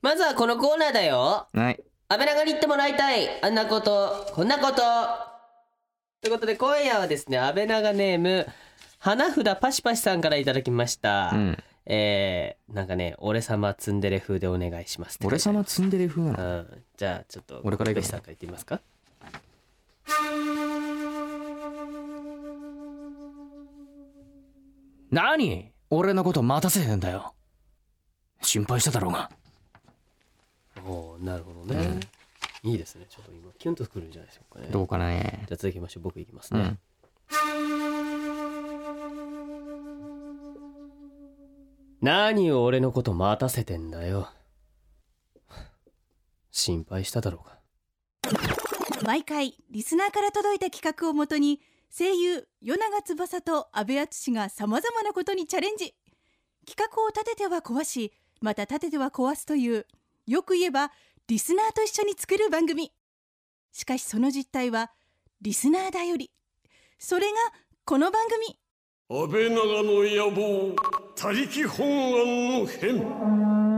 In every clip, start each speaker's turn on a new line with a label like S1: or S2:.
S1: まずはこのコーナーだよ。
S2: はい。
S1: 安倍長に言ってもらいたい。あんなこと、こんなこと。ということで、今夜はですね、安倍長ネーム、花札パシパシさんからいただきました。
S2: うん。
S1: えー、なんかね、俺様ツンデレ風でお願いします。
S2: 俺様ツンデレ風な
S1: う
S2: の。
S1: ん。じゃあ、ちょっと、
S2: 俺からいいかな
S1: ベシさんから言ってみますか。
S2: 何俺のこと待たせてんだよ。心配しただろうが。
S1: おーなるほどね、いいですね。ちょっと今、キュンとくるんじゃないでしょうかね。
S2: どうかなね。
S1: じゃあ続きましょう。僕いきます
S2: う
S1: ね。
S2: ん。
S1: 何を俺のこと待たせてんだよ。心配しただろうか。
S3: 毎回リスナーから届いた企画をもとに声優与永翼と阿部淳がさまざまなことにチャレンジ企画を立てては壊しまた立てては壊すというよく言えばリスナーと一緒に作る番組しかしその実態はリスナーだよりそれがこの番組
S4: 安倍長の野望他力本願の変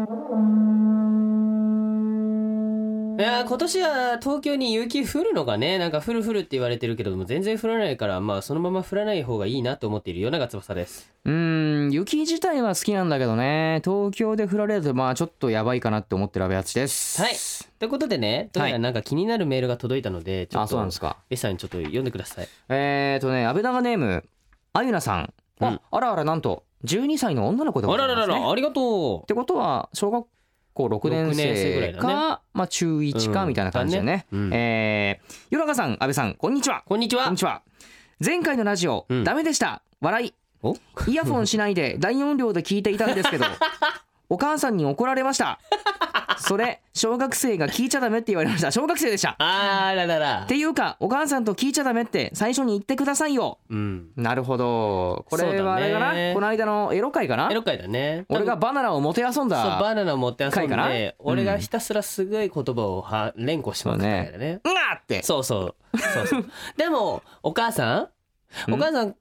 S1: いやー今年は東京に雪降るのがね、なんか降る降るって言われてるけども、全然降らないから、まあそのまま降らない方がいいなと思っている夜長翼です。
S2: うーん、雪自体は好きなんだけどね。東京で振られると、まあちょっとやばいかなって思ってる安倍敦です。
S1: はい。ということでね、どうやらなんか気になるメールが届いたので、ちょ
S2: あ、
S1: っと、
S2: そうなんですか。
S1: ベシさんちょっと読んでください。
S2: えーとね、安倍長ネーム、あゆなさん。あ、
S1: うん
S2: あらあら、なんと、12歳の女の子でご
S1: あ
S2: ざ
S1: ら
S2: い
S1: ら
S2: ま
S1: ら
S2: す、ね。
S1: ら、ありがと
S2: っ
S1: う。
S2: てことは、小学校6年
S1: 六年生ぐらい
S2: 生
S1: だね
S2: か、まあ中1かみたいな感じでね。
S1: うんだねうん
S2: えー、夜中さん、安倍さん、こんにちは。
S1: こんにちは。
S2: こんにちは。前回のラジオ、
S1: うん
S2: ダメでした。笑い。
S1: お
S2: イヤフォンしな いで大音量で聞いていたんですけど、お母さんに怒られました。それ、小学生が聞いちゃダメって言われました。小学生でした。
S1: あららら
S2: っ。ていうか、お母さんと聞いちゃダメって最初に言ってくださいよ。
S1: うん。
S2: なるほど。これはあれか
S1: そうだね
S2: なこの間のエロ会かな
S1: エロ会だね。
S2: 俺がバナナをもてあそん
S1: そう
S2: だ。
S1: バナナ持って遊
S2: 回
S1: ん
S2: かな
S1: で、俺がひたすらすごい言葉をは連呼してましたからね。
S2: うわって。
S1: そうそう。そうそう でも、お母さん、
S2: ん
S1: お母さん、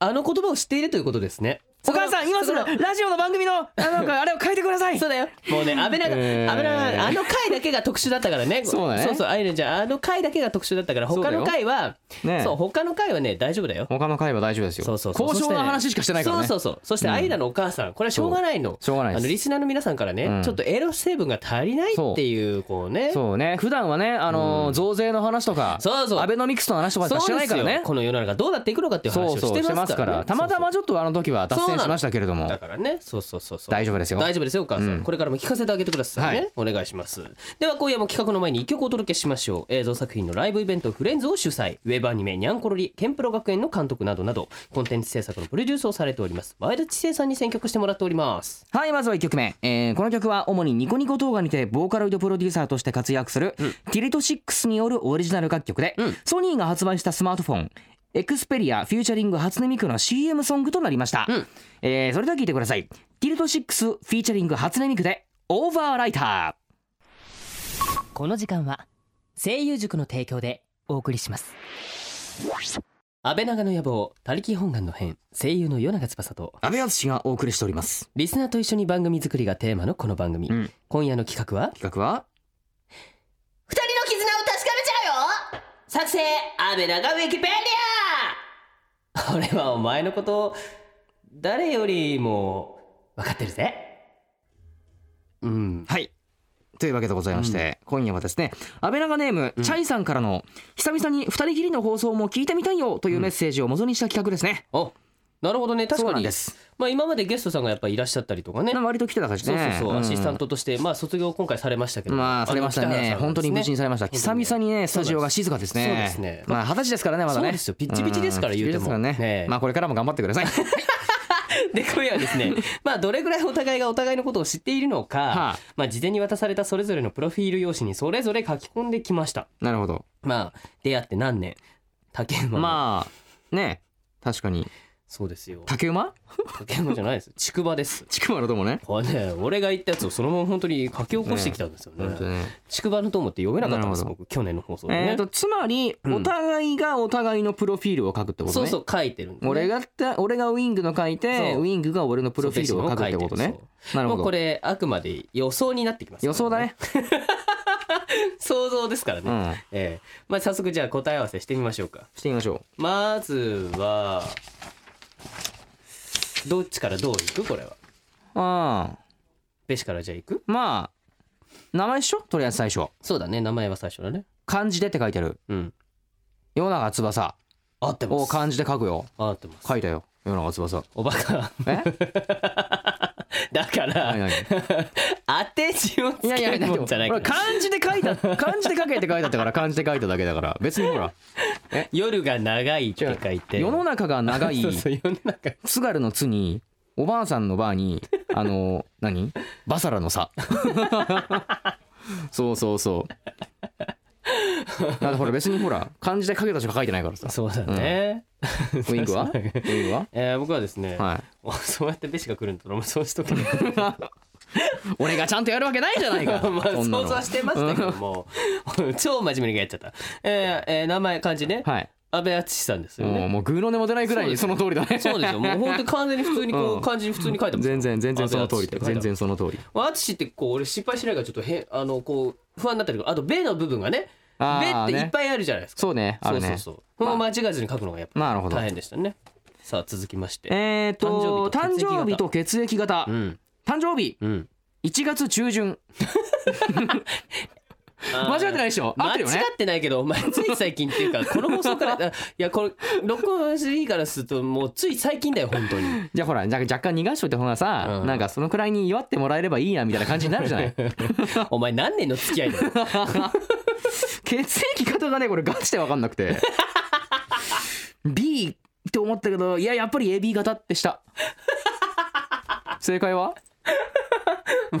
S1: あの言葉を知っているということですね。
S2: お母さん、今すぐラジオの番組の、あの、 あれを変えてください。
S1: そうだよ。もうね、安倍長、
S2: えー
S1: 安倍長、あの回だけが特殊だったからね。
S2: そうだね
S1: そうそう、あゆねちゃん、あの回だけが特殊だったから、
S2: そう
S1: 他
S2: だよ
S1: の回は、
S2: ねえ
S1: そう、他の回はね、大丈夫だよ。
S2: 他の回は大丈夫ですよ。
S1: そうそうそう。
S2: 交渉の話しかしてないからね。
S1: そうそうそう。そして、
S2: うん
S1: アイナのお母さん、これはしょうがないの。
S2: しょうがない
S1: あ
S2: です
S1: の、リスナーの皆さんからね、
S2: うん
S1: ちょっとエロ成分が足りないっていう、こうね。
S2: そうね。普段はね、あの、増税の話とか、
S1: そうそう
S2: アベノミクスの話とかしかしてないから
S1: そうです
S2: ね
S1: よ。この世の中どうなっていくのかっていう話
S2: そ
S1: を
S2: うそ
S1: し
S2: う、
S1: て
S2: して
S1: ま
S2: ますす
S1: か
S2: から
S1: ね、
S2: ら。たまたまちょっとあの時は脱線しましたけれども
S1: だ。からね、そうそうそうそう。
S2: 大丈夫ですよ
S1: 大丈夫ですよ、お母さん。これからも聞かせてあげてくださいね。お願いします。では、今夜も企画の前に一曲お届けしましょう。映像作品のライブイベントフレンズを主催。ウェブアニメ、ニャンコロリ、ケンプロ学園の監督などなど、コンテンツ制作のプロデュースをされております。前田知世さんに選曲してもらっております。
S2: はい、まずは1曲目。えーこの曲は主にニコニコ動画にてボーカロイドプロデューサーとして活躍する、ティリト6によるオリジナル楽曲で、
S1: うん
S2: ソニーが発売したスマートフォン、エクスペリアフューチャリング初音ミクの CM ソングとなりました。
S1: うん
S2: えーそれでは聴いてください。ティルト6フィーチャリング初音ミクで、オーバーライタ
S5: この時間は声優塾の提供でお送りします
S1: 安倍長の野望、他力本願の編、声優の与永翼と、
S2: ー。安倍淳がお送りしております。
S1: リスナーと一緒に番組作りがテーマのこの番組。
S2: うん
S1: 今夜の企画は、
S2: 企画は
S1: 二人の絆を確かめちゃうよ作成アメナがウィキペディア俺はお前のこと誰よりも分かってるぜうん
S2: はい。というわけでございまして、今夜はですね、安倍長ネーム、チャイさんからの、久々に二人きりの放送も聞いてみたいよというメッセージを元にした企画ですね。
S1: あなるほどね確
S2: そう
S1: か
S2: なん
S1: に
S2: です。
S1: まあ今までゲストさんがやっぱいらっしゃったりとかね
S2: な割と来てた感じ
S1: そうそう
S2: ね。
S1: そう、
S2: ん
S1: アシスタン。トとしてまあ卒業今回されましたけど
S2: まあされました
S1: あの北原
S2: ね
S1: さ。ん
S2: 本当に無事にされました。
S1: ですね
S2: 久々にねスタジオが
S1: そう
S2: 静かですね。
S1: そうですね
S2: まあ二十歳ですからねまだね。
S1: そうですよピッチピチですから
S2: うん
S1: 言うても
S2: ピッチピチですから
S1: ええ
S2: ね。まあこれからも頑張ってく ださい。
S1: で今夜はです ねまあどれぐらいお互いがお互いのことを知っているのか、
S2: はあ
S1: まあ事前に渡されたそれぞれのプロフィール用紙にそれぞれ書き込んできました
S2: なるほど。
S1: まあ出会って何年竹馬の
S2: まあね確かに
S1: そうですよ
S2: 竹馬
S1: 竹馬じゃないです竹馬です
S2: ちくまのどもね
S1: これね俺が言ったやつをそのまま本当に書き起こしてきたんですよね
S2: 本当ね
S1: 竹馬の友って読めなかったんです
S2: なる
S1: 僕去年の放送でね、
S2: えー、とつまり
S1: うん
S2: お互いがお互いのプロフィールを書くってことね、
S1: そうそう書いてるんで、ね、
S2: 俺がって俺がウイングの書いて
S1: そう
S2: ウイングが俺のプロフィールを書くってこと
S1: そう
S2: ね
S1: 弟子の
S2: なるほ
S1: もうこ
S2: ど
S1: れあくまで予想になってきますから、
S2: 予想だね
S1: 想像ですからね、
S2: うん
S1: ええまあ早速じゃあ答え合わせしてみましょうか
S2: してみましょ
S1: まずはどっちからどういくこれは
S2: うああ
S1: べしからじゃあいく
S2: まあ名前でしょとりあえず最初
S1: そうだね名前は最初だね
S2: 漢字でって書いてある
S1: うん
S2: 世永翼
S1: 合ってま
S2: を
S1: す
S2: 漢字で書くよ
S1: 合ってます
S2: 書いたよ世永翼
S1: おバカ
S2: え
S1: だから、
S2: 何何
S1: 当て字をつ
S2: いやい
S1: け
S2: や
S1: る
S2: だって
S1: もんじゃないか
S2: 俺
S1: ら
S2: 漢字で書いた漢字で書けって書いてあったから漢字で書いただけだから別にほ ら
S1: 夜が長いって書いて
S2: 世の中が長い
S1: そうそう世の中
S2: 津軽の津におばあさんのバーにあの 何バサラのさ そうそうそうだってほら別にほら漢字で書けたしか書いてないからさ
S1: そうだね、
S2: ウイングはウイングは
S1: えー僕はですね、
S2: は
S1: おそうやってべしが来るんだったらもうそうしとけ
S2: い 俺がちゃんとやるわけないじゃないか
S1: まあ
S2: そんな
S1: 想
S2: の
S1: 像はしてましたけど も超真面目にやっちゃった、えーえー名前漢字ね、
S2: はい
S1: 安倍敦さんですよ
S2: もう
S1: ね
S2: もうグーの音も出ないぐらいにその通りだね
S1: そうですよもう本当に完全に普通にこ
S2: うん
S1: う漢字に普通に書いてます
S2: 全然全然その通り
S1: 安倍敦って書いてあ
S2: 全
S1: る
S2: 然その通り
S1: 淳ってこう俺失敗しないからちょっとへんあのこう不安になったりとかあと「べ」の部分がね「べ」
S2: あ
S1: っ
S2: ー
S1: て
S2: ね
S1: いっぱいあるじゃないですか
S2: そうねあ
S1: そう
S2: る
S1: そ
S2: ね
S1: うそうこの間違えずに書くのがやっぱ
S2: なるほど
S1: 大変でしたねさあ続きまして
S2: えっと誕
S1: 誕
S2: 生
S1: 生
S2: 日
S1: 日
S2: と
S1: と
S2: 血液型
S1: うん
S2: 誕生日
S1: うん
S2: 1月中旬 間違ってないでしょ合っ
S1: 間
S2: て
S1: 違
S2: るよね
S1: ってないけど、お前つい最近っていう か、この放送から、あいや、これ、録音していいからすると、もうつい最近だよ、本当に。
S2: じゃあほらじゃあ若干逃がしといた方がさ、
S1: うん
S2: なんかそのくらいに祝ってもらえればいいなみたいな感じになるじ ゃない
S1: お前何年の付き合いだ よ。
S2: 血液型がねこれガチで分かんなくて B って思ったけどいややっぱり AB 型ってした正解は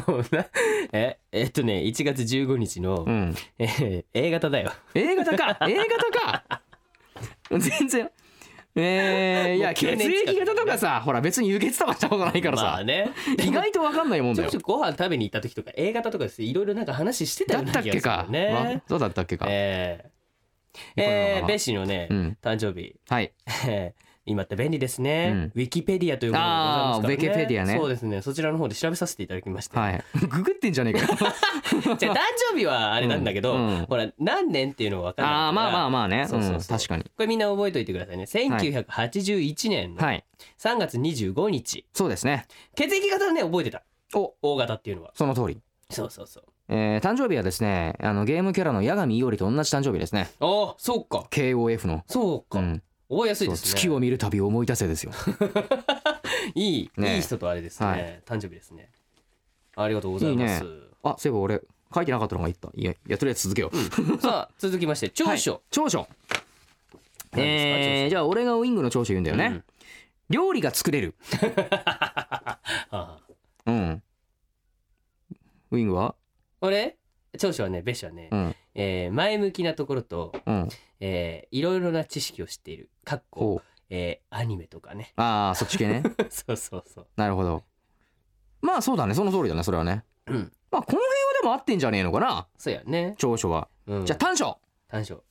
S1: もうな、え、えっとね、1月15日の
S2: う、ん
S1: えー A 型だよ。
S2: A 型か A 型か全然えー、い
S1: も
S2: や
S1: う
S2: 血
S1: 経年近く
S2: 液型とかさほら別に輸血とかしたことないからさ、
S1: まあね。
S2: 意外と分かんないもん
S1: ちょ
S2: だ
S1: く
S2: よ
S1: ちょくご飯食べに行った時とか、A 型とかですねいろいろなんか話してた
S2: だ
S1: よう
S2: っ
S1: な
S2: たっ
S1: 気が
S2: け
S1: するよ
S2: か、わ
S1: ね。
S2: どうだったっけか、
S1: えー、
S2: これ
S1: えー、
S2: は
S1: ベッシーのね、
S2: うん
S1: 誕生日、
S2: はい
S1: えー今って便利ですね、
S2: うん
S1: ウィキペディアというものがございますから
S2: あーウィキペディアね
S1: そうですねそちらの方で調べさせていただきま して、
S2: はいググってんじゃねえかよ
S1: じゃあ誕生日はあれなんだけど、
S2: うんうん
S1: ほら何年っていうのは分かんないから
S2: ああまあまあまあね
S1: そうそうそう
S2: うん確かに
S1: これみんな覚えておいてくださいね1981年の
S2: はい
S1: 3月25日、
S2: そうですね
S1: 血液型はね覚えてた
S2: お
S1: O 型っていうのは
S2: その通り
S1: そうそうそう
S2: えー誕生日はですねあのゲームキャラの八神伊織と同じ誕生日ですね
S1: ああそうか
S2: KOF の
S1: そう
S2: う
S1: か、
S2: ん
S1: 覚えやすい
S2: そう
S1: ですね
S2: 月を見るたび思い出せですよ
S1: いい、
S2: ね
S1: いい人とあれですね、
S2: はい
S1: 誕生日ですねありがとうございます
S2: いいあそういえば俺書いてなかったのがいったいやいやとりあえず続けよう
S1: さあ続きまして長所、
S2: はい長所
S1: 何ですか長
S2: えー
S1: 所
S2: じゃあ俺がウイングの長所言うんだよ
S1: う
S2: ね
S1: ん
S2: 料理が作れる
S1: ああ
S2: うんウイングは
S1: 俺長所はねベシはね、
S2: うん
S1: えー前向きなところと、
S2: うん
S1: えーいろいろな知識を知っているかっこ、
S2: こう
S1: えーアニメとか ね
S2: ああそっち系ね
S1: そうそうそう
S2: なるほどまあそうだねその通りだねそれはね
S1: うん
S2: まあこの辺はでも合ってんじゃねえのかな
S1: そうやね、
S2: 長所は
S1: うん、
S2: じゃあ短所
S1: 短所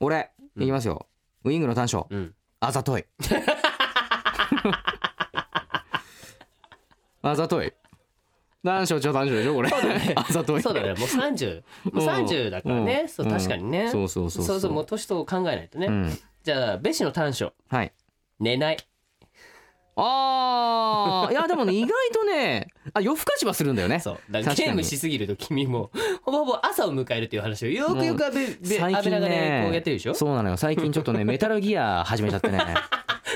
S2: 俺
S1: うん
S2: いきますよ、ウイングの短所
S1: うん
S2: あ ざといあざとい短所ちょ短所でしょこれ、あざとい
S1: そうだねもう30も う30だからね、
S2: うん
S1: そう確かにね、
S2: そうそうそう
S1: そうそうもう年と考えないとね、
S2: うん
S1: じゃあベシの短所
S2: はい
S1: 寝ない
S2: あーいやでもね意外とねあ夜更かしはするんだよね
S1: そうだから
S2: 確か
S1: ゲ
S2: に
S1: ームしすぎると君もほぼほぼ朝を迎えるっていう話をよくよくあべべ
S2: 最
S1: あべ
S2: 近
S1: ながら
S2: ね
S1: こうやってるでしょ
S2: そうなのよ最近ちょっとね メタルギア始めちゃってね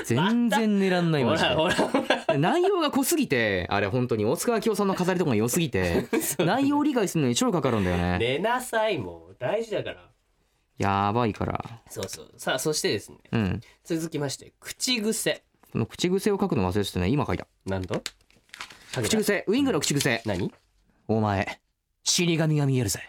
S2: 全然寝らんない
S1: ほ
S2: マジ
S1: らほ
S2: で
S1: らほら
S2: 内容が濃すぎてあれ本当に大塚明夫さんの飾りとかが良すぎて 内容を理解するのに超かかるんだよね
S1: 寝なさいもう大事だから
S2: やばいから
S1: そうそうさあそしてですね
S2: うん
S1: 続きまして口癖
S2: その口癖を書くの忘れててね今書いた
S1: 何度
S2: 口癖ウイングの口癖
S1: 何
S2: お前死神が見えるぜ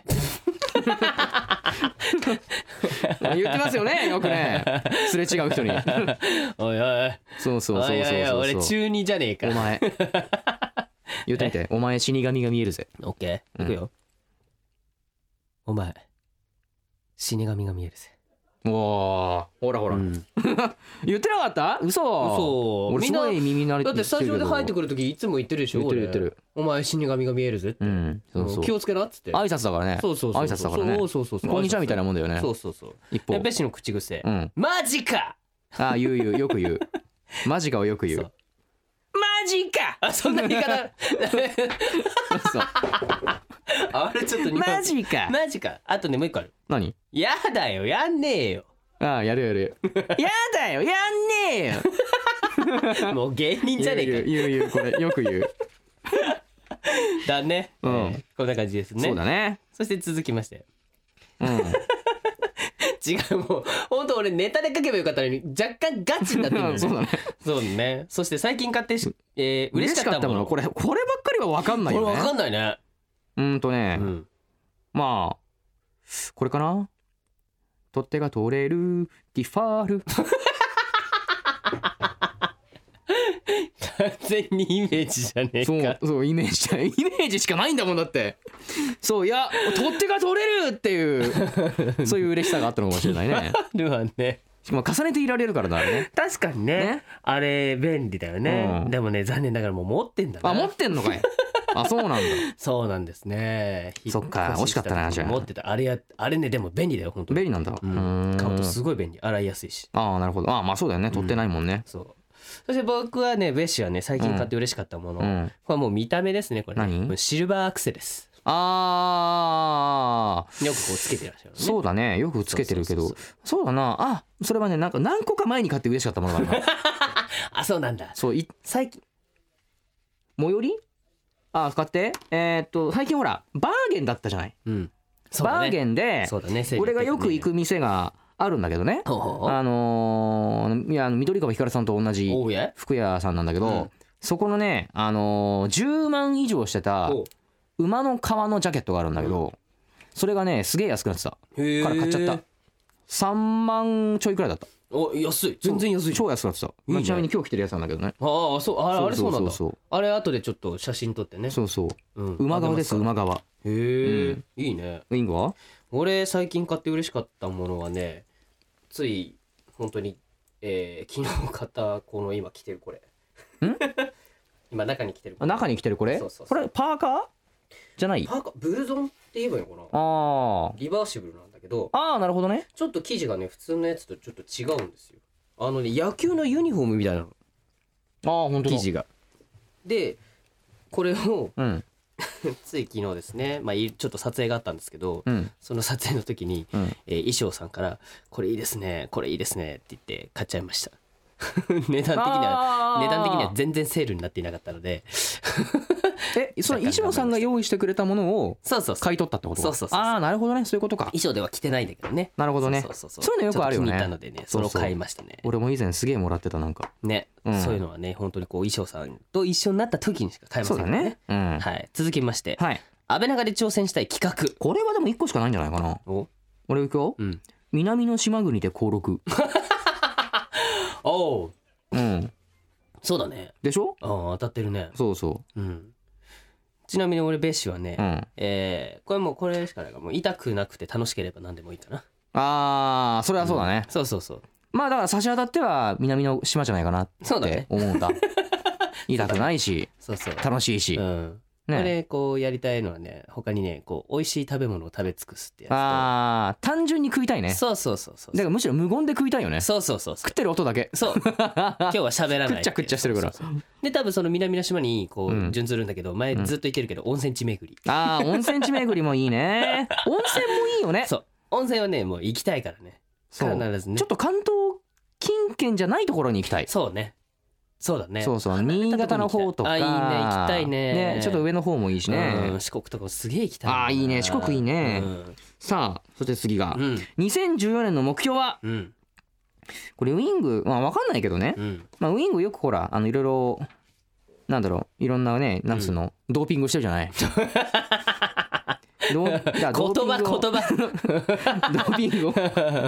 S2: 言ってますよねよくねすれ違う人に
S1: おいおい
S2: そうそうそう
S1: おい
S2: そう
S1: おいおい俺
S2: そうそう
S1: 中二じゃねえか
S2: お前 言ってみてお前死神が見えるぜ
S1: オッケー
S2: うん
S1: いくよ、お前死神が見えるぜ
S2: おおほらほら、
S1: うん
S2: 言ってなかった嘘
S1: 嘘
S2: 俺すごい耳慣れて
S1: だってスタジオで入って
S2: る
S1: くる時いつも言ってるでしょ
S2: 言ってる言ってる
S1: 俺お前死神が見えるぜって、
S2: うんそうそう
S1: 気をつけなっつって
S2: 挨拶だからね
S1: そうそうそう
S2: 挨拶だからね
S1: そうそうそうそう
S2: こんにちはみたいな
S1: も
S2: もんだよね
S1: そうそうそう
S2: 一
S1: で
S2: 方
S1: ベッシーの口癖、
S2: うん
S1: マジか
S2: ああ言う言うよく言 うマジかをよく言
S1: そううマジ かあそんな言い方
S2: そう
S1: あれちょっと似合う
S2: マジか
S1: マジかあとねもう一個ある
S2: 何
S1: やだよやんねえ よ
S2: ああやるやるやだよやんねえよ
S1: もう芸人じゃね
S2: 言う
S1: えか
S2: 言う言うこれよく言う
S1: だね、
S2: うん
S1: えーこんな感じですね
S2: そうだね
S1: そして続きまして
S2: うん
S1: 違うもう本当俺ネタで書けばよかったのに若干ガチになってるのよ
S2: そうだね
S1: そうねそして最近買ってし、えー、嬉しかったもの
S2: これこればっかりは分かんないよ
S1: これ
S2: ね
S1: わかんないね、
S2: うーんとね、
S1: うん、
S2: まあこれかな取っ手が取れるティファール
S1: 完全にイメージじゃねえか
S2: そうそうイメージ だイメージしかないんだもんだってそういや取っ手が取れるって いうそういう嬉しさがあったのかもしれないね
S1: あるわね
S2: まあ重ねていられるからだね
S1: 確かにね
S2: ね
S1: あれ便利だよね、
S2: うん
S1: でもね残念ながらもう持ってんだな
S2: あ持ってんのかいあそうなんだ
S1: そうなんですね
S2: そっか
S1: 引越
S2: 惜しかったなじゃあ
S1: 持ってたあれやあれねでも便利だよ本当に
S2: 便利なんだ
S1: うん、
S2: うーん
S1: 買うとすごい便利洗いやすいし
S2: ああなるほどああまあそうだよね取ってないもんね
S1: そうそして僕はねベッシュはね最近買って嬉しかったもの、
S2: うん、
S1: これはもう見た目ですねこれね
S2: 何
S1: これシルバーアクセです
S2: ああ
S1: よくこうつけてらっしゃるのね
S2: そうだねよくつけてるけど
S1: そ
S2: そう
S1: そう
S2: だなあそれはねなんか何個か前に買って嬉しかったものだな
S1: あそうなんだ
S2: そうい最近最寄りあ買ってえーっと最近ほらバーゲンだったじゃない、
S1: うんそうだね
S2: バーゲンで
S1: そうだね
S2: 俺がよく行く店があるんだけどね
S1: ほうほう
S2: あのーいやあの緑川ひかるさんと同じ
S1: おうや
S2: 服屋さんなんだけど、
S1: うん
S2: そこのね、あのー10万以上してた
S1: おう
S2: 馬の皮のジャケットがあるんだけど、それがねすげえ安くなってた
S1: へー
S2: から買っちゃった3万ちょいくらいだった
S1: お安い全然安いじゃん
S2: 超安くなってた
S1: い
S2: まあ
S1: ね
S2: ちなみに今日着てるやつなんだけどね
S1: ああそうあれあれそうなんだ
S2: そうそうそう
S1: あれ後でちょっと写真撮ってね
S2: そうそう
S1: うん
S2: 馬側です
S1: あげま
S2: 馬側
S1: すからへえ
S2: うん
S1: いいね
S2: ウイングは
S1: 俺最近買って嬉しかったものはねつい本当にえー昨日買ったこの今着てるこれ 今中に着てるこ
S2: あ
S1: れ
S2: 中に着てるこれ
S1: そうそうそう
S2: これパーカーじゃないあ
S1: パーカーブルゾンって言えばいいのかな
S2: ー
S1: リバーシブルなんだけど
S2: あーなるほどね
S1: ちょっと生地がね普通のやつとちょっと違うんですよあのね野球のユニフォームみたいなの
S2: ああ本当
S1: 生
S2: だ
S1: 地がでこれを
S2: うん
S1: つい昨日ですねまあいちょっと撮影があったんですけど
S2: うん
S1: その撮影の時に、
S2: うん
S1: えー衣装さんから「これいいですねこれいいですね」って言って買っちゃいました 値段的には
S2: あー
S1: 値段的には全然セールになっていなかったので
S2: えその衣装さんが用意してくれたものを
S1: そうそうそう
S2: 買い取ったってこと
S1: そうそうそうそう
S2: ああなるほどねそういうことか
S1: 衣装では着てないんだけどね
S2: なるほどね
S1: そうそうそう
S2: そういうのよくあるよね
S1: ちょっと気に入ったのでねそれを買いましたね
S2: 俺も以前すげえもらってたなんか
S1: ね、
S2: うん
S1: そういうのはね本当にこう衣装さんと一緒になった時にしか買えませ
S2: そ
S1: ん
S2: う
S1: か
S2: だ
S1: ら
S2: ねうん
S1: はい、続きまして、
S2: はい
S1: 安倍長で挑戦したい企
S2: これはでも1個しかないんじゃないかな
S1: 画お
S2: 俺行くよ
S1: うん
S2: 南の島国で登録
S1: おう
S2: うん
S1: そうだね
S2: でしょ
S1: ああ当たってるね
S2: そうそ
S1: うんちなみに俺ベッシュはね、
S2: ううん
S1: えーこれもうこれしかないからもう痛くなくて楽しければ何でもいいかな
S2: ああそれはそうだね、
S1: そうそうそう
S2: まあだから差し当たっては南の島じゃないかなっ
S1: そうだ
S2: て
S1: ね
S2: 思うんだ 痛くないし
S1: そうそう
S2: 楽しいし、
S1: うんこ
S2: ね
S1: れこうやりたいのはね他にねこう美味しい食べ物を食べ尽くすってやつと
S2: あー単純に食いたいね
S1: そうそうそうそう
S2: だからむしろ無言で食いたいよね食
S1: そうそうそうそう
S2: ってる音だけ
S1: そう今日は喋らない
S2: くっちゃくっちゃしてるから
S1: そうそうそうで多分その南の島にこ
S2: う
S1: うん準ずるんだけど、前ずっと言ってるけど温泉地巡り、
S2: あー温泉地巡りもいいね温泉もいいよね
S1: そう温泉はねもう行きたいからね
S2: そう
S1: 必ずね
S2: ちょっと関東近県じゃないところに行きたい
S1: そうねそうだね
S2: そうそう新潟の方とか
S1: あいいね行きたいね
S2: ちょっと上の方もいいしね、
S1: うん四国とかもすげえ行きたいな
S2: あーいいね四国いいねさあそして次が、
S1: うんうん
S2: 2014年の目標は
S1: うん
S2: これウイングまあ分かんないけどね、
S1: うん
S2: まあ、ウイングよくほらあのいろいろ なんだろういろんなねなんつうの、ドーピングしてるじゃない言
S1: 言葉言葉
S2: ドーピングを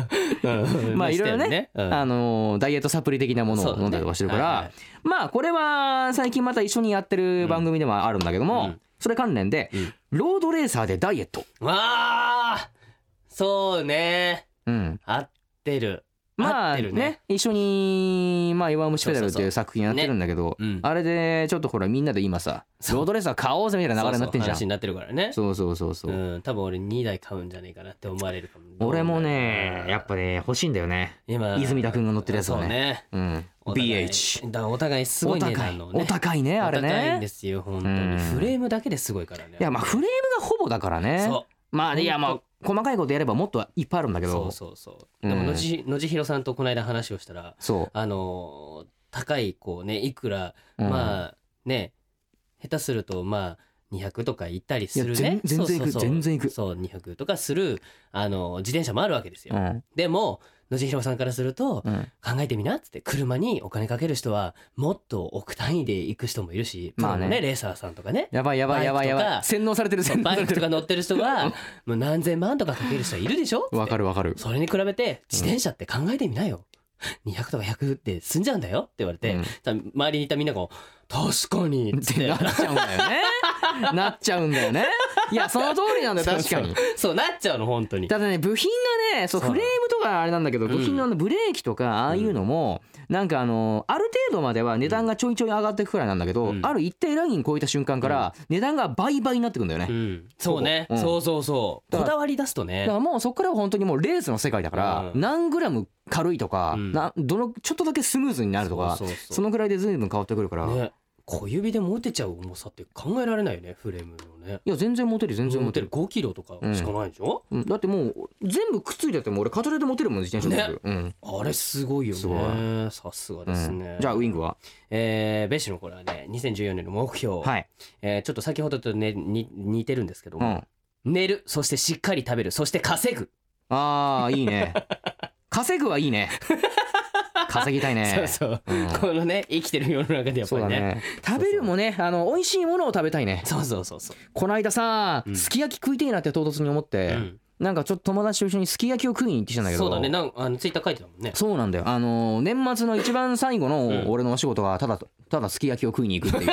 S2: まあいろいろね
S1: うん
S2: あのーダイエットサプリ的なもの
S1: そう
S2: を
S1: だね
S2: 飲んだりとかしてるから、
S1: はいはい
S2: まあこれは最近また一緒にやってる番組でもあるんだけど
S1: う
S2: も、
S1: ん
S2: それ関連で、
S1: うん
S2: ロードレーサーでダイエット、
S1: わあそうね
S2: うん、
S1: 合ってる
S2: ま
S1: 合っ
S2: あ
S1: て
S2: ね
S1: るね
S2: 一緒に「まあ、弱虫ペダル」っ
S1: そうそう
S2: てい
S1: そう
S2: う作品やってるんだけど、
S1: うん
S2: あれでちょっとほらみんなで今さ
S1: そう
S2: ロードレーサー買おうぜみたいな流れになってんじゃん
S1: そうそう話になってるからね
S2: そうそうそうそう、
S1: うん多分俺2台買うんじゃねえかなって思われるかも
S2: 俺もねやっぱね欲しいんだよね
S1: 今
S2: 泉田くんが乗ってるやつを
S1: そうね
S2: うん
S1: お互い
S2: BH
S1: だお互いすごい値段のね
S2: お高いねあれね
S1: お高いんですよ本当
S2: うん
S1: にフレームだけですごいからね
S2: いやまあフレームがほぼだからね
S1: そ
S2: まあねいや
S1: ほんと
S2: まあ細かいことやればもっといっぱいあるんだけ
S1: う
S2: ど
S1: そうそうそうでも
S2: うん
S1: のじのじひろさんとこの間話をしたら
S2: そう
S1: あのー高いこうねいくら
S2: うん
S1: まあね下手するとまあ200とか行ったりする
S2: いや
S1: ね
S2: 全全然行く
S1: そうそうそう
S2: 全然行く
S1: そう200とかするあの自転車もあるわけですよ、
S2: うん
S1: でも野次弘さんからすると
S2: うん
S1: 考えてみなっつって車にお金かける人はもっと億単位で行く人もいるしプロ
S2: まあ
S1: の
S2: ね
S1: ね,、レーサーさんとか ね
S2: やばいやばいやばいや
S1: バイク
S2: ば
S1: と
S2: い
S1: か
S2: 洗脳されてる洗脳
S1: バ
S2: さ
S1: イ
S2: れ
S1: ク
S2: て
S1: と
S2: る
S1: か乗ってる人はもう何千万とかかける人はいるでしょ
S2: わか
S1: る
S2: るわかる
S1: それに比べて自転車って考えてみなよ200とか100って済んじゃうんだよって言われて、
S2: うん
S1: さ周りにいたみんなが「確かに」っつって
S2: っ
S1: て
S2: なっちゃうんだよね なっちゃうんだよねいやその通りなんだよ確かに
S1: そうなっちゃうの本当に
S2: ただね部品がねそう
S1: そう
S2: フレームとかあれなんだけど
S1: ん
S2: 部品のあのブレーキとかああいうのもなんかあのある程度までは値段がちょいちょい上がっていくくらいなんだけど
S1: うん
S2: ある一定ライン超えた瞬間から値段が倍々になってくんだよね
S1: うん、そうね、
S2: うん
S1: そうそうそう
S2: だ
S1: こ
S2: から
S1: だわり出すとね
S2: だからもうそこからは本当にもうレースの世界だから
S1: うん
S2: 何グラム軽いとか
S1: うん
S2: などのちょっとだけスムーズになるとか
S1: そうそうそう
S2: そのくらいで随分変わってくるからい
S1: ね小指で持てちゃう重さって考えられないよねフレームのね
S2: や全然モテる全然モ
S1: 持
S2: テ
S1: て
S2: る
S1: る5キロとかしかないでしょ、
S2: うんだってもう全部くっついてても俺片手で持てるもん自転車だけどうん
S1: あれすごいよ
S2: すご
S1: ねさすが
S2: う
S1: ですね、
S2: んじゃあウィングは
S1: えー、ベッシュのこれはね2014年の目標、
S2: はい
S1: えーちょっと先ほどと、ね、に似てるんですけど
S2: う
S1: も、
S2: ん
S1: 寝るそしてしっかり食べるそして稼ぐ、
S2: ああいい ね稼ぐはいいね稼ぎたい ね
S1: そうそう、
S2: うん
S1: このね生きてる世の中でやっぱ
S2: そう
S1: り
S2: だ
S1: ね
S2: ね食べるもねあの美味しいものを食べたいね
S1: そうそうそうそう
S2: こないださ、
S1: うん
S2: すき焼き食いてえなって唐突に思って、
S1: うん
S2: なんかちょっと友達と一緒にすき焼きを食いに行ってきたんだけど
S1: そうだねなんあのツイッター書いてたもんね
S2: そうなんだよあの年末の一番最後
S1: うん
S2: の俺のお仕事はただただすき焼きを食いに行く っていう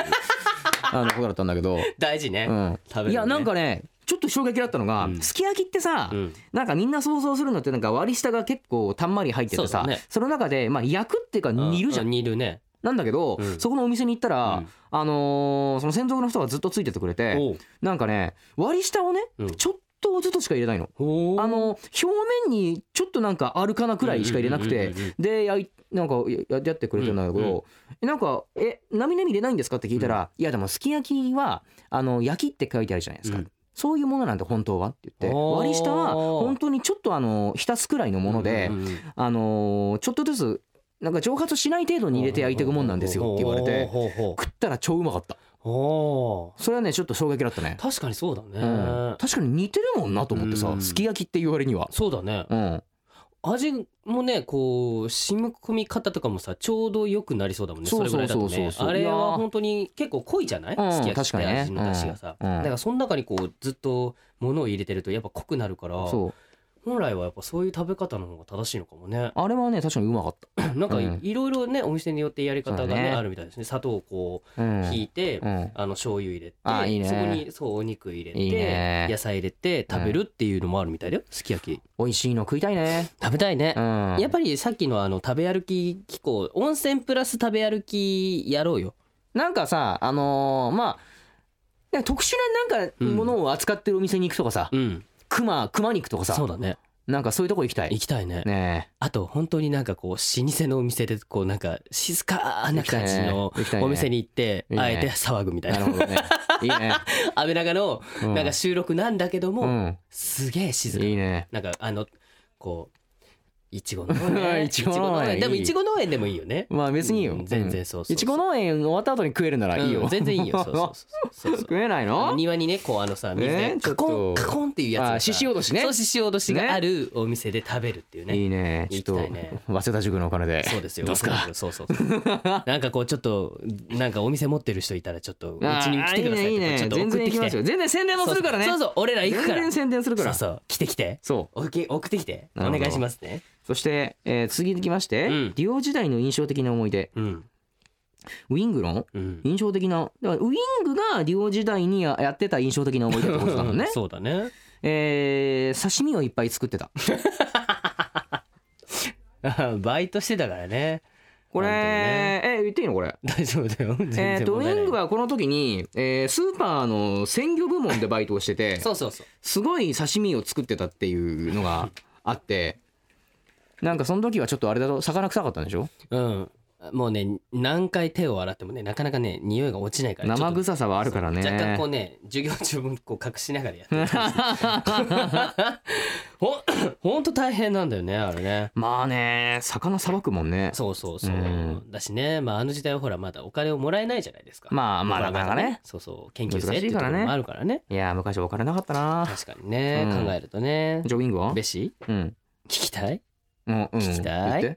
S2: あのことだったんだけど、
S1: 大事ね、
S2: うん
S1: 食べる、ね、
S2: いやなんかねちょっと衝撃だったのが、
S1: うん
S2: すき焼きってさ、
S1: うん
S2: なんかみんな想像するのってなんか割り下が結構たんまり入ってて
S1: そう
S2: さ
S1: だ
S2: そ,、
S1: ね
S2: の中でまあ焼くっていうか煮るじゃん、
S1: う煮るね
S2: なんだけど、
S1: うん
S2: そこのお店に行ったら、
S1: うん
S2: あのーその専属の人がずっとついててくれて
S1: おう
S2: なんかね割り下をね、
S1: うん
S2: ちょっとずつしか入れないの。
S1: おう
S2: あの表面にちょっとなんか歩かなくらいしか入れなく
S1: う
S2: て
S1: んうんうんうん
S2: でやいなんかややってくれてるんだけ
S1: うん
S2: ど、なんか「えなみなみ入れないんですか?」って聞いたら「いやでもすき焼きはあの焼きって書いてあるじゃないですか」
S1: うん
S2: そういうものなんで本当は」って言って
S1: おー
S2: 割り下は本当にちょっとあの浸すくらいのもので、
S1: うんうんうん
S2: あのーちょっとずつなんか蒸発しない程度に入れて焼いていくもんなんですよって言われて
S1: ほうほうほ
S2: 食ったら超うまかった
S1: うほう
S2: それはねちょっと衝撃だったね、
S1: 確かにそうだ
S2: う
S1: ね、
S2: ん、確かに似てるもんなと思って
S1: う
S2: さ
S1: ん
S2: すき焼きって言われには
S1: そうだね
S2: うん
S1: 味もねこう染み込み方とかもさちょうどよくなりそうだもんね
S2: そ
S1: そうれぐらいだと
S2: そうそう
S1: ね
S2: そうそう
S1: あれ
S2: いやー
S1: は本当に結構濃いじゃない、
S2: うん
S1: すき焼き
S2: 確か
S1: っ
S2: に
S1: て
S2: ね
S1: 味の出汁がさ、
S2: うんうん
S1: だからその中にこうずっと物を入れてるとやっぱ濃くなるから
S2: そう
S1: 本来はやっぱそういう食べ方の方が正しいのかも ね
S2: あれはね確かにうまかっ
S1: なんか
S2: うん
S1: いろいろねお店によってやり方が、ね
S2: そうだね
S1: あるみたいですね砂糖をこ
S2: た、う
S1: うんひいて、
S2: うん、
S1: あの醤油入れて
S2: あいいね
S1: そこにそうお肉入れて
S2: いいね
S1: 野菜入れて食べるっていうのもあるみたいだよすき焼き
S2: 美味しいの食いたいね、
S1: 食べたいね
S2: う、ん、
S1: やっぱりさっきのあの食べ歩き機構温泉プラス食べ歩きやろうよ
S2: なんかさあのーまあなんか特殊ななんか
S1: うん
S2: ものを扱ってるお店に行くとかさ、
S1: うん
S2: 熊熊肉とかさ
S1: そうだね
S2: なんかそういうとこ行きたい
S1: 行きたいね
S2: ね
S1: あと本当になんかこう老舗のお店でこうなんか静かな感じの
S2: 行きたいね
S1: お店に行って
S2: いいね
S1: あえて騒ぐみたい
S2: えな
S1: な
S2: るほど ねいいね、
S1: 安倍長の
S2: う
S1: なんか収録なんだけど
S2: う
S1: も
S2: ん、
S1: すげえ静か
S2: いいね
S1: なんかあのこういちご農園
S2: いちご農園
S1: いちごでもいちご農園でもいいよね
S2: まあ別にいいよ、
S1: うん全然そうそうそう
S2: いちご農園終わった後に食えるならいいよ、
S1: うん全然いい よそうそうそうそうそう
S2: 食えな
S1: あ
S2: い
S1: の
S2: の
S1: 庭にねこうあのさ水
S2: え
S1: で
S2: ー
S1: カコン
S2: ちょっと
S1: カコンっていうやつ
S2: あ
S1: がさ
S2: 獅子おどしね
S1: そう獅子おどしがあるお店で食べるっていうね
S2: いいねちょっと、
S1: 行きたいね
S2: 早稲田塾のお金で
S1: そうですよ
S2: どうすか
S1: そうそうそう なんかこうちょっとなんかお店持ってる人いたらちょっとうち
S2: あー
S1: に来てください
S2: いいねいい
S1: ちょ
S2: ね
S1: っと
S2: 全
S1: 送って
S2: 然行き
S1: き
S2: ま
S1: て
S2: すよ全然宣伝もするからね
S1: そうそう俺ら行く
S2: 全
S1: から
S2: 然宣伝するから
S1: そうそう来て来て
S2: そう
S1: 送って送ってきてお
S2: なるほど
S1: 願いしますね
S2: そして、えー続きまして、
S1: うん
S2: リオ時代の印象的な思い出
S1: うん
S2: ウィングの
S1: うん
S2: 印象的なだからウィングがリオ時代にややってた印象的な思い出ってことだもんね、
S1: そうだね
S2: えー、刺身をいっぱい作ってた
S1: バイトしてたからね
S2: これ、
S1: 本当にね
S2: え言っていいのこれ
S1: 大丈夫だよ全
S2: えー、
S1: 然
S2: とウ
S1: 問題ない
S2: ィングはこの時に、えースーパーの鮮魚部門でバイトをしてて
S1: そうそうそう
S2: すごい刺身を作ってたっていう のがあってなんかその時はちょっとあれだと魚臭かったんでしょ
S1: うんもうね何回手を洗ってもねなかなかね匂いが落ちないから
S2: 生
S1: ちょっ
S2: 臭さはあるからね
S1: と若干こうね授業中もこう隠しながらやってる感じ ほんほんと大変なんだよねあれね
S2: まあね魚さばくもんね
S1: そうそうそう、
S2: うん
S1: だしね、まあ、あの時代はほらまだお金をもらえないじゃないですか
S2: まあまあ
S1: なかなか
S2: なかなかね
S1: そうそう研究生って
S2: 難し
S1: い
S2: いう
S1: と
S2: か
S1: こ
S2: らね
S1: ろもあるからね
S2: いやー昔お金なかったな
S1: 確かにね、
S2: うん
S1: 考えるとね
S2: じゃあウィングは
S1: べし
S2: うん
S1: 聞きたい
S2: もううん
S1: 聞きたい
S2: 言っ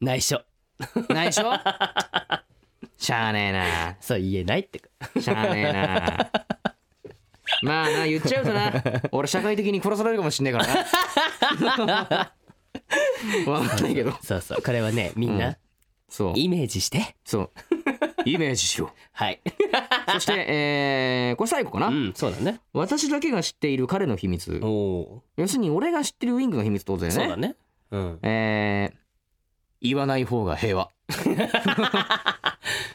S1: 内緒
S2: てないでしょしゃあねえな
S1: そう言えない ってか
S2: しゃあね えな。まあな言っちゃうとな俺社会的に殺されるかもしんないか らなわかんないけど
S1: そうそうこれはねみんな、
S2: そう
S1: イメージして
S2: そうイメージしよ
S1: はい、
S2: うそしてえーこれ最後かな、
S1: うん、そうだね
S2: 私だけが知っている彼の秘密
S1: おお
S2: 要するに俺が知ってるウィングの秘密ってことだ
S1: ー
S2: よ
S1: そう
S2: ね
S1: だねうん
S2: えー言わない方が平和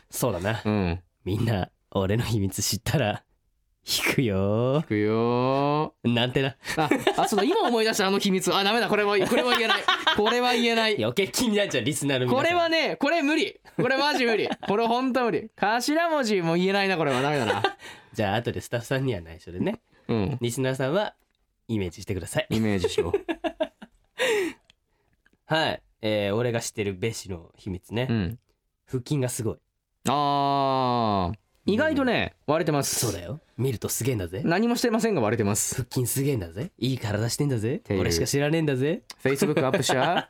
S1: そうだな
S2: うん
S1: みんな俺の秘密知ったら引くよ
S2: いくよ
S1: ーなんてな
S2: ーああそうだ今思い出したあの秘密あダメだこれはこれは言えないこれは言えない
S1: 余計気になっちゃうリスナーの皆さ
S2: こ
S1: ん
S2: れはねこれ無理これマジ無理これ本当無理頭文字も言えないなこれはダメだな
S1: じゃあ後でスタッフさんには内緒でね
S2: うん
S1: リスナーさんはイメージしてください
S2: イメージしよ
S1: はい、えー、俺が知ってるベシの秘密ね、
S2: う、うん、
S1: 腹筋がすごい
S2: あー意外とね割れてます
S1: そうだよ見るとすげえんだぜ
S2: 何もしてませんが割れてます
S1: 腹筋すげえんだぜいい体してんだぜ
S2: いう
S1: 俺しか知らねえんだぜ
S2: Facebook アップしちゃう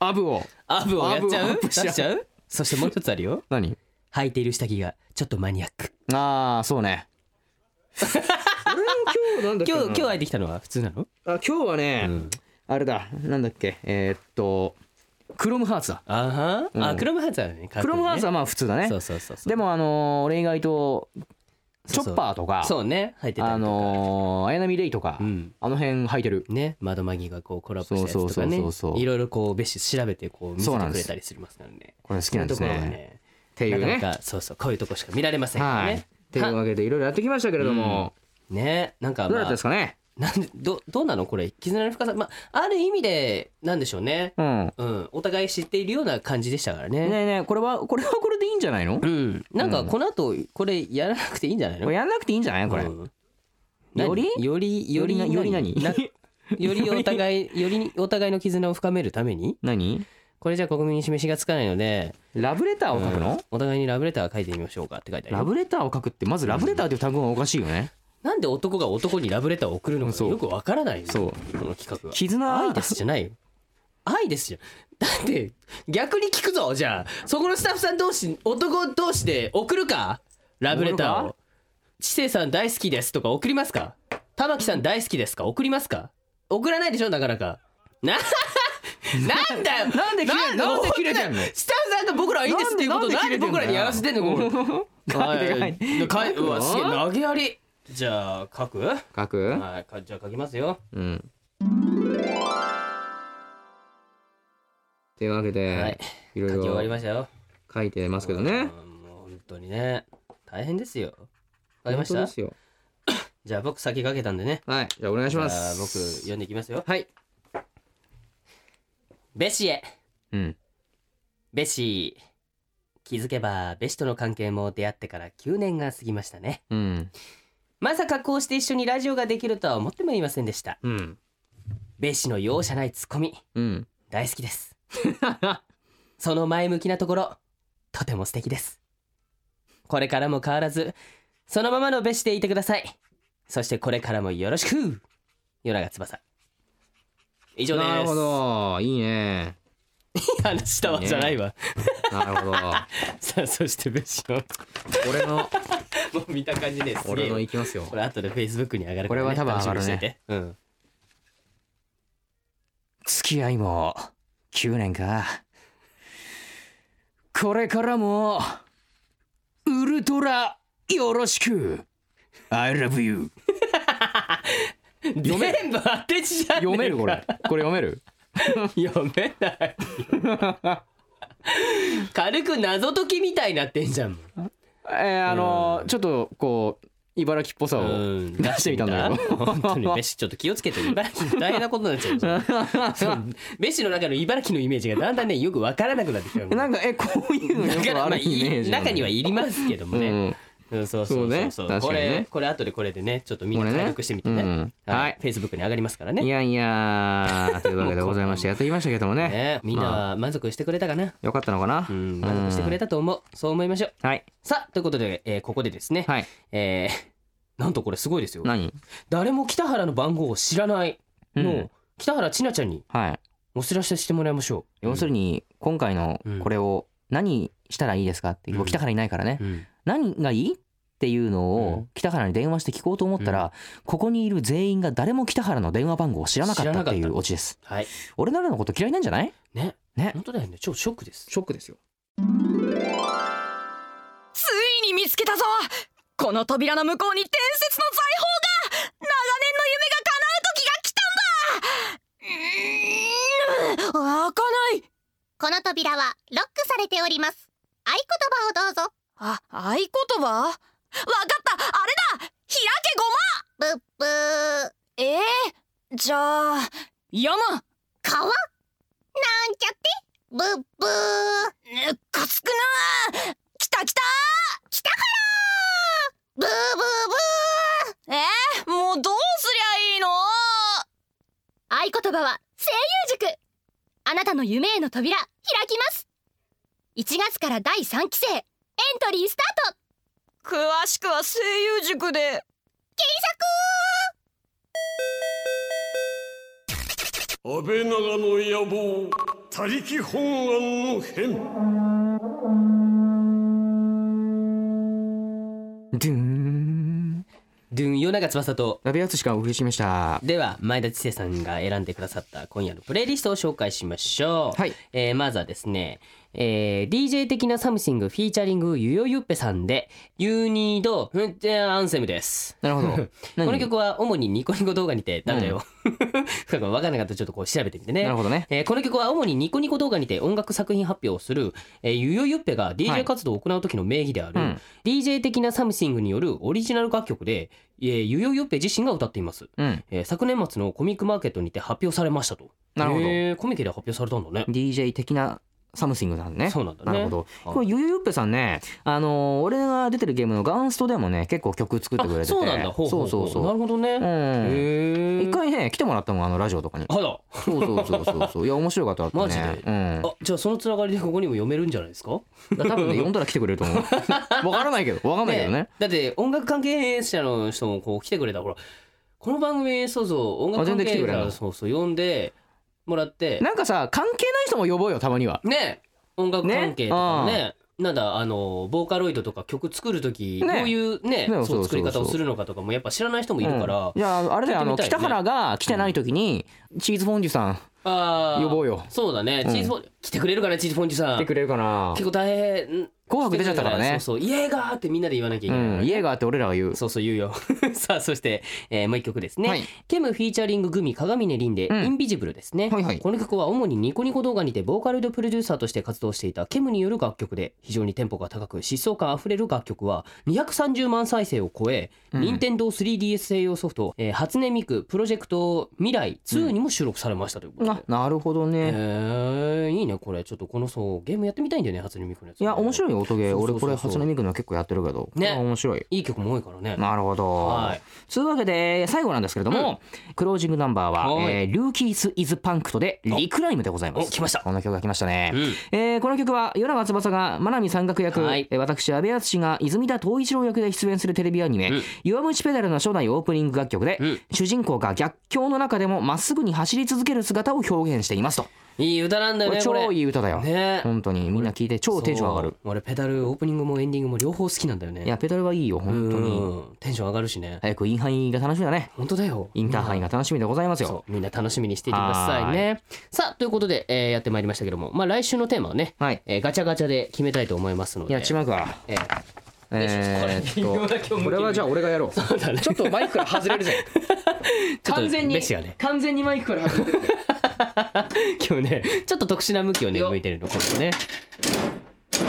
S2: アブを
S1: アブをやっちゃ
S2: ア
S1: う
S2: ブを
S1: 出しちゃうそしてもう一つある よ
S2: 何
S1: 履いている下着がちょっとマニアック
S2: あーそ うね俺も今日なんだっけ
S1: 今
S2: な
S1: 日今日履いてきたのは普通なの
S2: あ今日はね、
S1: ん
S2: あれだなんだっけえーっとクロムハーツだ
S1: あは、
S2: うん
S1: あクロムハーツはね
S2: クロムハーツは
S1: は
S2: まあ普通だね
S1: そうそうそうそう
S2: でもあのー俺意外とチ
S1: そ
S2: ョ
S1: うそう
S2: ッパーとか
S1: そうね履いてたりとか
S2: あのー綾波レイとか、
S1: うん
S2: あの辺履いてる
S1: ね窓マギがこうコラボしたやつと
S2: そ
S1: か
S2: うそう
S1: ね
S2: そうそうそう
S1: いろいろこう別紙調べてこう見せ
S2: そ
S1: て
S2: うな
S1: く
S2: んで
S1: れ
S2: す
S1: たりしますからね
S2: これ好きなんです
S1: そういうところは
S2: ね。
S1: ね
S2: っていう
S1: なか
S2: ね。
S1: なかそうそうこういうとこしか見られませんから
S2: はい。っ
S1: ね
S2: ていうわけでいろいろやってきましたけれども、
S1: ねなんか、
S2: どう
S1: ま
S2: だった
S1: あ
S2: です、かね。
S1: なんでどどうなのこれ絆の深さまあある意味でなんでしょうね
S2: うん。ね
S1: うんお互い知っているような感じでしたから
S2: え
S1: ね
S2: ねえこれはこれはこれでいいんじゃないの？
S1: う
S2: こ
S1: んなんかこの後これやらなくていいんじゃないの
S2: れやんなくていいんじゃない？これ。
S1: うん
S2: より
S1: 何より
S2: よ
S1: より
S2: りより何？
S1: なよりお互いよりお互いの絆を深めるために
S2: 何？
S1: これじゃ国民に示しがつかないので
S2: ラブレターを書くの？
S1: お互いにラブレター書いてみましょうかって書いてある
S2: ラ
S1: よ
S2: ブレターを書くってまずラブレターという単語がおかしいよね。
S1: なんで男が男にラブレターを送るのか
S2: そう
S1: よくわからないよ
S2: そう
S1: この企画は
S2: 絆
S1: 愛ですじゃないよ愛ですよだって逆に聞くぞじゃあそこのスタッフさん同士男同士で送るかラブレター
S2: 送る
S1: を知性さん大好きですとか送りますか玉木さん大好きですか送りますか送らないでしょなかなかななんだよ
S2: なんで切れなんで切れてんの
S1: スタッフさんが僕らはいいですっていうことを
S2: なん
S1: なんで
S2: でなんで切れてん
S1: 僕
S2: だよ
S1: らにやらせてんのこれはいかいうわすげえ投げやりじゃあ書くは
S2: 書く？
S1: いかじゃあ書きますよ
S2: うん。というわけで、
S1: はいい、
S2: ろ
S1: 書き終わ
S2: い
S1: り
S2: ろ
S1: ましたよ
S2: 書いてますけどね。
S1: うんもう本当にね大変ですよわかりまし
S2: 本当
S1: た
S2: ですよ。
S1: じゃあ僕先かけたんでね
S2: はい、じゃあお願いし
S1: じゃ
S2: ま
S1: あ
S2: す。
S1: 僕読んでいきますよ
S2: はい。
S1: ベシへ
S2: うん。
S1: ベシ気づけばベシとの関係も出会ってから9年が過ぎましたね
S2: うん。
S1: まさかこうして一緒にラジオができるとは思ってもいませんでした
S2: うん。
S1: ベシの容赦ないツッコミ
S2: うん。
S1: 大好きです。 その前向きなところ、とても素敵です。これからも変わらず、そのままのべしていてください。そしてこれからもよろしく夜長翼。以上です。
S2: なるほどいいね
S1: いい話したわじゃないわ。
S2: なる ほど
S1: さあ、そしてべしの、
S2: 俺の
S1: もう見た感じね、すげ
S2: 俺
S1: え
S2: のいきますよ
S1: これ後で Facebook に上がるから、ね、
S2: これは多分上がるね
S1: 楽しみにしてて。うん。
S2: 付き合いも9年かこれからもウルトラよろしく I love you 読め
S1: 全部当て字じゃん。
S2: 読めるこれこれ読める
S1: 読めない よ軽く謎解きみたいになってんじゃんもう
S2: えーあのーちょっとこう茨城っぽさを
S1: うん
S2: 出してみたんだけど
S1: 本当にベシちょっと気をつけて茨城大変なことになっちゃうよ そうベシの中の茨城のイメージがだんだんねよくわからなくなってきたよ
S2: なんかえこういうの
S1: だ
S2: よく
S1: から
S2: あ
S1: まあ
S2: るイメー
S1: い
S2: ジ
S1: 中にはいりますけども
S2: う
S1: ね
S2: ん
S1: うんそうそうそうそう
S2: そ
S1: こ
S2: うね確かにね
S1: れこれ後でこれでねちょっとみんな
S2: これね
S1: 協力してみてね
S2: うんはい
S1: フェイスブックに上がりますから
S2: い
S1: ね
S2: やいやというわけでございましてやってきましたけどもね
S1: ねみんなは満足してくれたかな
S2: よかったのかな
S1: うん満足してくれ
S2: た
S1: たと思うそう思いましょう
S2: はい
S1: さあということでえーここでですね
S2: はい
S1: えーなんとこれすごいですよ
S2: 何
S1: 誰も北原の番号を知らないのを、
S2: うん
S1: 北原千奈ちゃんに
S2: はい
S1: お知らせしてもらいましょう
S2: 要するに今回のこれを何したらいいですかって
S1: うん
S2: 北原いないからね
S1: うんうん
S2: 何がいいっていう
S1: う
S2: のを
S1: ん
S2: 北原に電話して聞こうと思ったらここにいる全員が誰も北原の電話番号を知らなかったって
S1: 知ら
S2: い
S1: なかっ
S2: う
S1: た
S2: オチです
S1: はい
S2: 俺ならのこと嫌いなんじゃない
S1: ね
S2: ね
S1: 本当だよね超ショックです
S2: ショックですよ
S6: ついに見つけたぞこの扉の向こうに伝説の財宝が長年の夢が叶う時が来たんだうーん開かない
S7: この扉はロックされております合言葉をどうぞ
S6: あ、合言葉わかったあれだ開けごま
S7: ブッブー
S6: えー、じゃあ山
S7: 川なんちゃってブッブー
S6: ぬかつくな来た来た
S7: ブーブーブー
S6: えー、もうどうすりゃいいの
S7: 合言葉は声優塾あなたの夢への扉開きます1月から第3期生エントリースタート
S6: 詳しくは声優塾で
S4: 安倍長の野望他力本願の変
S2: ドゥーン
S1: ドゥン夜長翼と
S2: ラビアツしかお送りしました
S1: では前田知世さんが選んでくださった今夜のプレイリストを紹介しましょう、
S2: はい
S1: えーまずはですね、えー DJ 的なサムシングフィーチャリングゆよゆっぺさんで「You Need an アンセム」です
S2: なるほ ど
S1: この
S2: 何
S1: 曲は主にニコニコ動画にてなんだよ、 深く分からなかったらちょっとこう調べてみてね
S2: なるほどね
S1: えーこの曲は主にニコニコ動画にて音楽作品発表をする、えーゆよゆっぺが
S2: は
S1: DJ
S2: い
S1: 活動を行う時の名義である、
S2: うん
S1: DJ 的なサムシングによるオリジナル楽曲で、えーゆよゆっぺ自身が歌っています、
S2: うん
S1: えー昨年末のコミックマーケットにて発表されましたと
S2: なるほど
S1: えーコミケで発表されたんだね
S2: DJ 的なサムシングなんね
S1: そうなんだね
S2: なるほど
S1: はい
S2: これゆゆゆっぺさんねあのー俺が出てるゲームのガンストでもね結構曲作ってくれてて
S1: あそうなんだほうほうほう
S2: そうそう
S1: な
S2: そ
S1: る
S2: う
S1: ほどね、
S2: うん
S1: へえ
S2: 一回ね来てもらったもんあのラジオとかに
S1: あら
S2: そうそうそうそうそういや面白かったってね
S1: マジで
S2: うん
S1: あじゃあそのつながりでここにも読めるんじゃないですか
S2: だから多分ね呼んだら来てくれると思う わからないけどわかんないけどね
S1: だって音楽関係者の人もこう来てくれたほらこの番組そうそう音楽関
S2: あ全然来て
S1: 係
S2: くれん
S1: 者
S2: の
S1: そうそう呼んでもらって
S2: なんかさ関係ない人も呼ぼうよたまには
S1: ね音楽関係とかね
S2: ね
S1: なんだあのボーカロイドとか曲作る時ど
S2: ね
S1: ういうね
S2: ねそ
S1: そ
S2: うそうう
S1: 作り方をするのかとかもやっぱ知らない人もいるから、
S2: うんじゃああれだよあ
S1: 聞い
S2: の
S1: てみたい
S2: 北
S1: ね
S2: 原が来てない時にチーズフォンデュさん
S1: ああ
S2: 呼ぼうよ
S1: そうだね、
S2: うん
S1: チーズフォン来てくれるかなチーズフォンジュさ
S2: 来
S1: ん
S2: てくれるかな
S1: 結構大変ん
S2: 紅白出ちゃったからね
S1: そうそうイエーガーってみんなで言わなきゃいけ
S2: う
S1: ないからね、
S2: ん家があって俺らが言う
S1: そうそう言うよ さあそして、えーもう一曲ですね、
S2: はい
S1: ケムフィーチャリンググミ鏡音凛で、
S2: うん
S1: インビジブルですね、
S2: はいはい
S1: この曲は主にニコニコ動画にてボーカルドプロデューサーとして活動していたケムによる楽曲で非常にテンポが高く疾走感あふれる楽曲は230万再生を超え、
S2: うん
S1: 任天堂 3DS 専用ソフト、えー初音ミクプロジェクト未来2にも収録されましたということで、
S2: あなるほど
S1: え
S2: ね
S1: ーいいねねこれちょっとこのそうゲームやってみたいんだよね初音ミクのやつ
S2: いや面白いよ音ゲー
S1: そうそうそう
S2: 俺これ初音ミクの結構やってるけど
S1: ね
S2: これ面白い
S1: いい曲も多いからね
S2: なるほど、
S1: はい
S2: というわけで最後なんですけれども、クロージングナンバーは、
S1: はい
S2: えールーキーズ・イズ・パンクトでリクライムでございま
S1: お
S2: す
S1: 来ました
S2: この曲が来ましたね、
S1: うん
S2: えーこの曲は与永翼が真波山岳役、
S1: はい
S2: えー私阿部淳が泉田統一郎役で出演するテレビアニメ
S1: うん
S2: 「弱虫ペダル」の初代オープニング楽曲で、
S1: うん
S2: 主人公が逆境の中でもまっすぐに走り続ける姿を表現していますと、
S1: いい歌なんだよ
S2: こ
S1: ね
S2: れ
S1: これ
S2: 超いい歌だよ、
S1: ね
S2: 本当にみんな聴いて超テンション上がる
S1: そう俺ペダルオープニングもエンディングも両方好きなんだよね
S2: いやペダルはいいよ本当に
S1: うんテンション上がるしね
S2: 早くインハイが楽しみだね
S1: 本当だよ
S2: インターハイが楽しみでございますよ、
S1: そうみんな楽しみにしていてくださいねさあということで、えーやってまいりましたけどもまあ来週のテーマはね、
S2: はい
S1: えーガチャガチャで決めたいと思いますので
S2: やっちまうか。
S1: えー
S2: えー、っと、これはじゃあ俺がやろう。ちょっとマイクから外れるぜ。
S1: ちょっと
S2: 完全に
S1: 飯がね、
S2: 完全にマイクから外れてる。
S1: 今日ねちょっと特殊な向きをね
S2: よ
S1: 向いてるのこのね今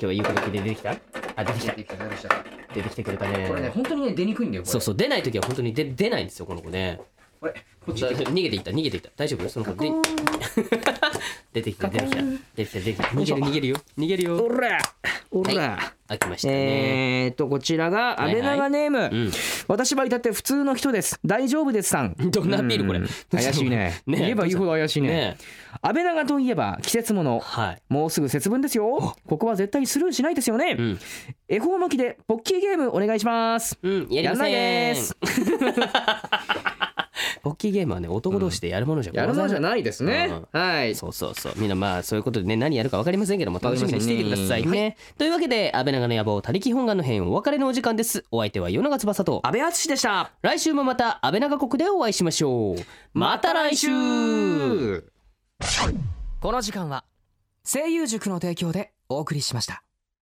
S1: 日はいいこと聞いて出てきたあ出てきた出てきてくれたね
S2: これね、本当にね、出にくいんだよ。これ
S1: そうそう出ない時は本当に出出ないんですよこの子ね
S2: これ、こっち
S1: だ
S2: 行って。
S1: 逃げていった逃げていった大丈夫その子で 出てきた出てきた出てきた出てきた逃げる逃げるよ逃げるよ
S2: おらおら
S1: 開きましたね、
S2: えーっと、こちらが、
S1: は
S2: 安
S1: いはい
S2: 倍長ネー
S1: うん
S2: ム。私は至って普通の人です。大丈夫ですさん。
S1: どんなアピールこれ
S2: うん怪しい ね。
S1: ねえ
S2: 言えば言うほど怪しいね
S1: ね。
S2: 安倍長といえば、季節もの。
S1: はい
S2: もうすぐ節分ですよ。ここは絶対スルーしないですよね。
S1: うん
S2: 恵方巻きでポッキーゲームお願いします。
S1: うんやりません
S2: やんないです。
S1: ポッキーゲームはね男同士でやるものじゃ
S2: やるものじゃ
S1: い
S2: ないですね。はい。
S1: そうそうそうみんなまあそういうことでね何やるか分かりませんけども楽しみにしていてくださいね
S2: わかりません
S1: というわけで安倍長の野望他力本願の編お別れのお時間ですお相手は与永翼と
S2: 安倍敦でした。
S1: 来週もまた安倍長国でお会いしましょうまた来週
S5: この時間は声優塾の提供でお送りしました